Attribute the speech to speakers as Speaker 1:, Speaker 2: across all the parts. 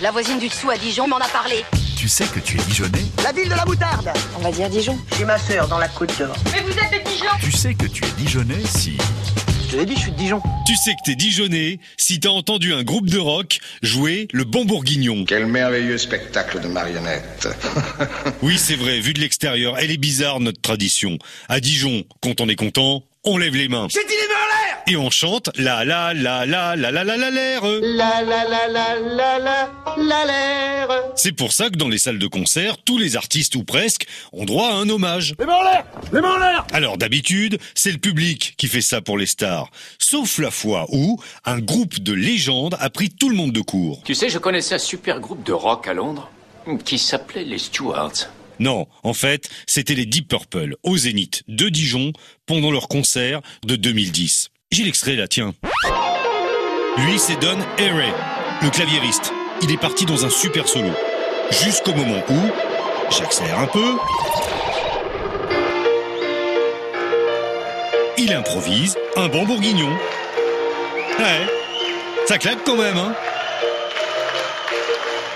Speaker 1: La voisine du dessous à Dijon m'en a parlé.
Speaker 2: Tu sais que tu es Dijonais
Speaker 3: La ville de la moutarde
Speaker 4: On va dire Dijon.
Speaker 3: J'ai ma sœur dans la côte d'or.
Speaker 5: Mais vous êtes de Dijon
Speaker 2: Tu sais que tu es Dijonais si...
Speaker 3: Je te l'ai dit, je suis de Dijon.
Speaker 6: Tu sais que t'es Dijonais si t'as entendu un groupe de rock jouer le bon bourguignon.
Speaker 7: Quel merveilleux spectacle de marionnettes.
Speaker 6: Oui, c'est vrai, vu de l'extérieur, elle est bizarre notre tradition. À Dijon, quand on est content, on lève les mains.
Speaker 8: J'ai dit les mains en l'air
Speaker 6: Et on chante la la la la la la la la l'air.
Speaker 9: La la la la la la la l'air.
Speaker 6: C'est pour ça que dans les salles de concert, tous les artistes ou presque ont droit à un hommage.
Speaker 8: Les mains en l'air Les mains en l'air
Speaker 6: Alors d'habitude, c'est le public qui fait ça pour les stars. Sauf la fois où un groupe de légendes a pris tout le monde de court.
Speaker 10: Tu sais, je connaissais un super groupe de rock à Londres qui s'appelait les Stewards.
Speaker 6: Non, en fait, c'était les Deep Purple au Zénith de Dijon pendant leur concert de 2010. J'ai l'extrait là, tiens. Lui, c'est Don Airey, le claviériste. Il est parti dans un super solo. Jusqu'au moment où, j'accélère un peu, il improvise un bon bourguignon. Ouais, ça claque quand même, hein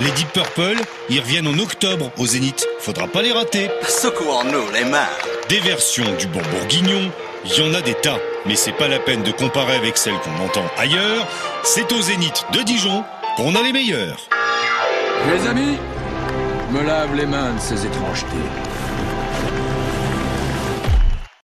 Speaker 6: les Deep Purple, ils reviennent en octobre au Zénith. Faudra pas les rater.
Speaker 11: Secours-nous les mains.
Speaker 6: Des versions du bon bourguignon, il y en a des tas, mais c'est pas la peine de comparer avec celles qu'on entend ailleurs. C'est au Zénith de Dijon qu'on a les meilleurs.
Speaker 12: Les amis, me lave les mains de ces étrangetés.